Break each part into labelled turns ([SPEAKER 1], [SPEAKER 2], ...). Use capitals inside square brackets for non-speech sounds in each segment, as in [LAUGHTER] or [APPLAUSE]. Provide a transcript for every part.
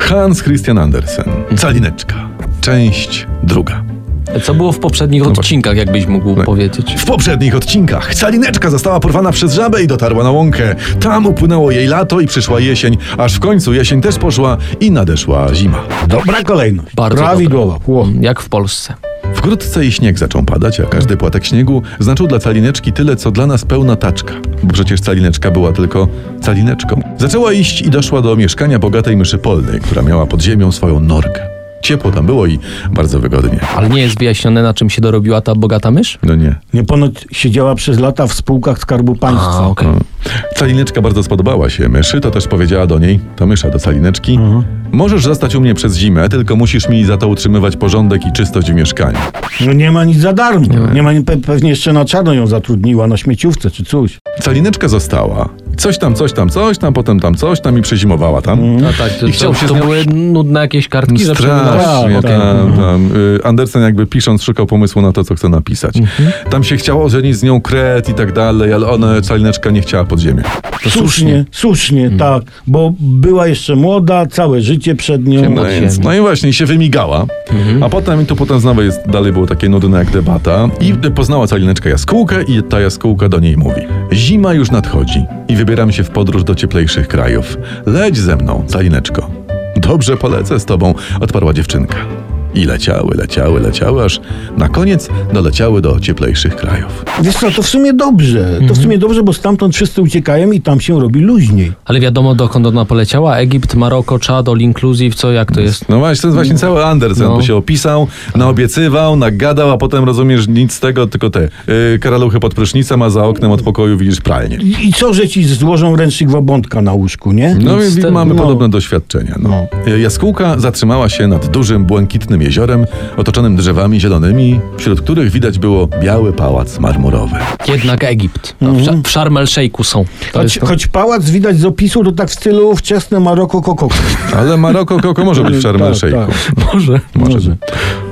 [SPEAKER 1] Hans Christian Andersen. Calineczka. Część druga.
[SPEAKER 2] Co było w
[SPEAKER 1] No
[SPEAKER 2] poprzednich odcinkach, jakbyś mógł powiedzieć?
[SPEAKER 1] W poprzednich odcinkach calineczka została porwana przez żabę i dotarła na łąkę. Tam upłynęło jej lato i przyszła jesień, aż w końcu jesień też poszła i nadeszła zima.
[SPEAKER 3] Dobra kolejność.
[SPEAKER 2] Bardzo dobra.
[SPEAKER 3] Prawidłowa. Ło.
[SPEAKER 2] Jak w Polsce.
[SPEAKER 1] Wkrótce i śnieg zaczął padać, a każdy płatek śniegu znaczył dla calineczki tyle, co dla nas pełna taczka. Bo przecież calineczka była tylko calineczką. Zaczęła iść i doszła do mieszkania bogatej myszy polnej, która miała pod ziemią swoją norkę. Ciepło tam było i bardzo wygodnie.
[SPEAKER 2] Ale nie jest wyjaśnione, na czym się dorobiła ta bogata mysz?
[SPEAKER 1] No nie.
[SPEAKER 3] Nie ponoć siedziała przez lata w spółkach Skarbu
[SPEAKER 1] No,
[SPEAKER 3] Państwa.
[SPEAKER 2] A, okej.
[SPEAKER 1] Calineczka bardzo spodobała się myszy, to też powiedziała do niej, to mysza do calineczki. Możesz zostać u mnie przez zimę, tylko musisz mi za to utrzymywać porządek i czystość w mieszkaniu.
[SPEAKER 3] No nie ma nic za darmo. Nie ma, ni- pe- pewnie jeszcze na czarno ją zatrudniła, na śmieciówce czy coś.
[SPEAKER 1] Calineczka została. Coś tam, coś tam, coś tam, potem tam, coś tam i przezimowała tam.
[SPEAKER 2] A tak, to,
[SPEAKER 1] I chciał
[SPEAKER 2] to,
[SPEAKER 1] się
[SPEAKER 2] to
[SPEAKER 1] znowu-
[SPEAKER 2] były nudne jakieś kartki, że przeglądałeś?
[SPEAKER 1] Strasznie,
[SPEAKER 3] Tak,
[SPEAKER 2] Okej.
[SPEAKER 1] tam, tam. Y, Andersen jakby pisząc szukał pomysłu na to, co chce napisać. Tam się chciało ożenić z nią kret i tak dalej, ale ona, calineczka nie chciała pod ziemię.
[SPEAKER 2] To
[SPEAKER 3] Słusznie, słusznie, tak. Bo była jeszcze młoda, całe życie przed nią.
[SPEAKER 1] No,
[SPEAKER 2] Ciemno. Pod
[SPEAKER 1] więc,
[SPEAKER 2] ziemię.
[SPEAKER 1] no i właśnie, i się wymigała. A potem, i to potem znowu jest, dalej było takie nudne jak debata. I poznała calineczka jaskółkę i ta jaskółka do niej mówi. Zima już nadchodzi i wybieram się w podróż do cieplejszych krajów. Leć ze mną, calineczko. Dobrze polecę z tobą, odparła dziewczynka. I leciały, leciały, leciały, aż na koniec doleciały do cieplejszych krajów.
[SPEAKER 3] Wiesz co, to w sumie dobrze. To w sumie dobrze, bo stamtąd wszyscy uciekają i tam się robi luźniej.
[SPEAKER 2] Ale wiadomo, dokąd ona poleciała? Egipt, Maroko, Czad, All Inclusive, co, jak to jest?
[SPEAKER 1] No właśnie, to jest właśnie cały Andersen,
[SPEAKER 2] No.
[SPEAKER 1] bo się opisał, naobiecywał, nagadał, a potem rozumiesz nic z tego, tylko te yy, karaluchy pod prysznicem, a za oknem od pokoju widzisz pralnię.
[SPEAKER 3] I i co, że ci złożą ręcznik wobątka na łóżku, nie?
[SPEAKER 1] No
[SPEAKER 2] Nic z
[SPEAKER 1] i
[SPEAKER 2] tego.
[SPEAKER 1] mamy
[SPEAKER 3] No.
[SPEAKER 1] podobne doświadczenia. No. Jaskółka zatrzymała się nad dużym, błękitnym jeziorem, otoczonym drzewami zielonymi, wśród których widać było biały pałac marmurowy.
[SPEAKER 2] Jednak Egipt. No, w,
[SPEAKER 1] Mhm.
[SPEAKER 2] Sza- w Sharm el Sheikhu są. To
[SPEAKER 3] Choć,
[SPEAKER 2] jest,
[SPEAKER 3] choć pałac widać z opisu, to tak w stylu wczesne Maroko Kokoko.
[SPEAKER 1] Ale Maroko koko może być w Sharm el
[SPEAKER 3] [LAUGHS] Tak, No,
[SPEAKER 1] Sheikhu.
[SPEAKER 3] tak.
[SPEAKER 2] Może.
[SPEAKER 3] Może.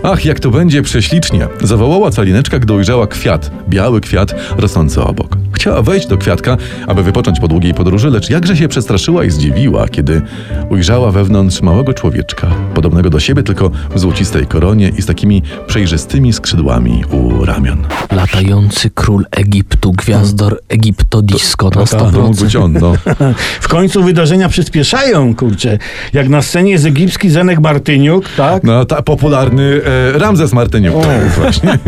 [SPEAKER 1] Ach, jak to będzie prześlicznie! Zawołała calineczka, gdy ujrzała kwiat, biały kwiat rosnący obok. Chciała wejść do kwiatka, aby wypocząć po długiej podróży, lecz jakże się przestraszyła i zdziwiła, kiedy ujrzała wewnątrz małego człowieczka, podobnego do siebie, tylko w złocistej koronie i z takimi przejrzystymi skrzydłami u ramion.
[SPEAKER 2] Latający król Egiptu, gwiazdor Egiptodisko na
[SPEAKER 1] To mógł
[SPEAKER 2] 100%.
[SPEAKER 1] być on, no.
[SPEAKER 3] W końcu wydarzenia przyspieszają, kurczę. Jak na scenie jest egipski Zenek Martyniuk, tak?
[SPEAKER 1] no ta popularny e, Ramzes Martyniuk. Właśnie.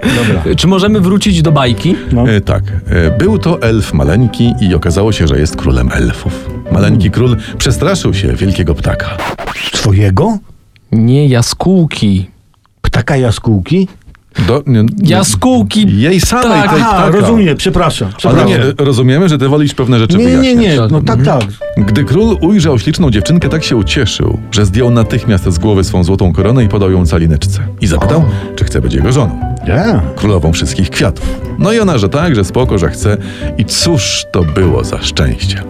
[SPEAKER 3] Dobra.
[SPEAKER 2] Czy możemy wrócić do bajki?
[SPEAKER 3] No.
[SPEAKER 1] E, tak, e, był to elf maleńki i okazało się, że jest królem elfów. Maleńki król przestraszył się wielkiego ptaka.
[SPEAKER 3] Twojego?
[SPEAKER 2] Nie, jaskółki.
[SPEAKER 3] Ptaka jaskółki?
[SPEAKER 1] Do, nie, nie,
[SPEAKER 2] Jaskółki!
[SPEAKER 1] Jej samej
[SPEAKER 2] Tak,
[SPEAKER 1] tej
[SPEAKER 3] Aha,
[SPEAKER 1] ptaka.
[SPEAKER 3] rozumiem, przepraszam.
[SPEAKER 1] Ale
[SPEAKER 3] przepraszam.
[SPEAKER 1] nie, Mhm. rozumiemy, że ty wolisz pewne rzeczy
[SPEAKER 3] nie, nie,
[SPEAKER 1] wyjaśniać.
[SPEAKER 3] nie, no tak, tak.
[SPEAKER 1] Gdy król ujrzał śliczną dziewczynkę, tak się ucieszył, że zdjął natychmiast z głowy swą złotą koronę i podał ją calineczce. I zapytał, czy chce być jego żoną.
[SPEAKER 3] Ja.
[SPEAKER 1] królową wszystkich kwiatów. No i ona, że tak, że spoko, że chce. I cóż to było za szczęście.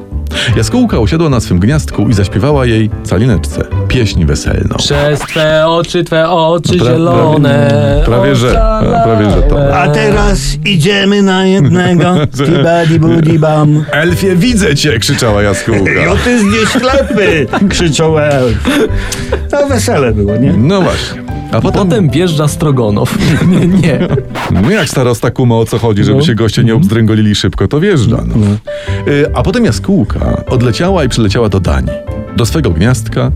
[SPEAKER 1] Jaskółka usiadła na swym gniazdku i zaśpiewała jej calineczce pieśń weselną.
[SPEAKER 2] Przez twe oczy, twe oczy
[SPEAKER 1] Pra-
[SPEAKER 2] zielone.
[SPEAKER 1] prawie- prawie że,
[SPEAKER 2] ocalałe.
[SPEAKER 1] prawie że to.
[SPEAKER 3] A teraz idziemy na jednego.
[SPEAKER 1] [LAUGHS]
[SPEAKER 3] Tibadi budi bam.
[SPEAKER 1] Elfie, widzę cię! krzyczała
[SPEAKER 3] [LAUGHS]
[SPEAKER 1] jaskółka.
[SPEAKER 3] No ty
[SPEAKER 1] [LAUGHS]
[SPEAKER 3] ślepy! Krzyczał elf. To wesele było, nie?
[SPEAKER 1] No właśnie. A potem,
[SPEAKER 2] Potem wjeżdża Strogonow. [LAUGHS] Nie, nie.
[SPEAKER 1] no jak starosta kuma o co chodzi,
[SPEAKER 3] No.
[SPEAKER 1] żeby się goście
[SPEAKER 3] Mhm.
[SPEAKER 1] nie obzdręgolili szybko, to wjeżdża. No. Y, A potem jaskółka odleciała i przyleciała do Danii. Do swego gniazdka,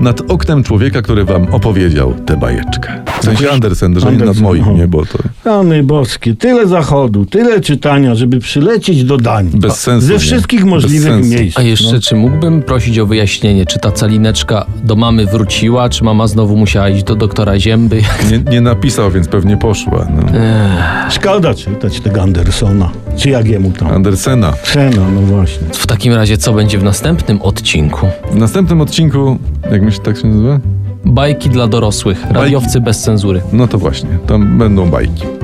[SPEAKER 1] nad oknem człowieka, który wam opowiedział tę bajeczkę. W sensie Andersen, że nie nad
[SPEAKER 3] Andersen,
[SPEAKER 1] moim,
[SPEAKER 3] aha.
[SPEAKER 1] nie, bo to...
[SPEAKER 3] Rany boskie, tyle zachodu, tyle czytania, żeby przylecieć do Danii.
[SPEAKER 1] Bez sensu,
[SPEAKER 3] Ze
[SPEAKER 1] nie?
[SPEAKER 3] wszystkich
[SPEAKER 1] Bez
[SPEAKER 3] możliwych
[SPEAKER 1] sensu.
[SPEAKER 3] miejsc.
[SPEAKER 2] A jeszcze,
[SPEAKER 3] no.
[SPEAKER 2] czy mógłbym prosić o wyjaśnienie, czy ta calineczka do mamy wróciła, czy mama znowu musiała iść do doktora Zięby? [LAUGHS]
[SPEAKER 1] Nie, nie napisał, więc pewnie poszła. No.
[SPEAKER 3] E. Szkoda czytać tego Andersona. Czy jak jemu tam?
[SPEAKER 1] Andersena.
[SPEAKER 3] Sena, no właśnie.
[SPEAKER 2] W takim razie, co będzie w następnym odcinku?
[SPEAKER 1] W następnym odcinku, jak myślisz, tak się nazywa?
[SPEAKER 2] Bajki dla dorosłych, radiowcy bez cenzury.
[SPEAKER 1] No to właśnie, tam będą bajki.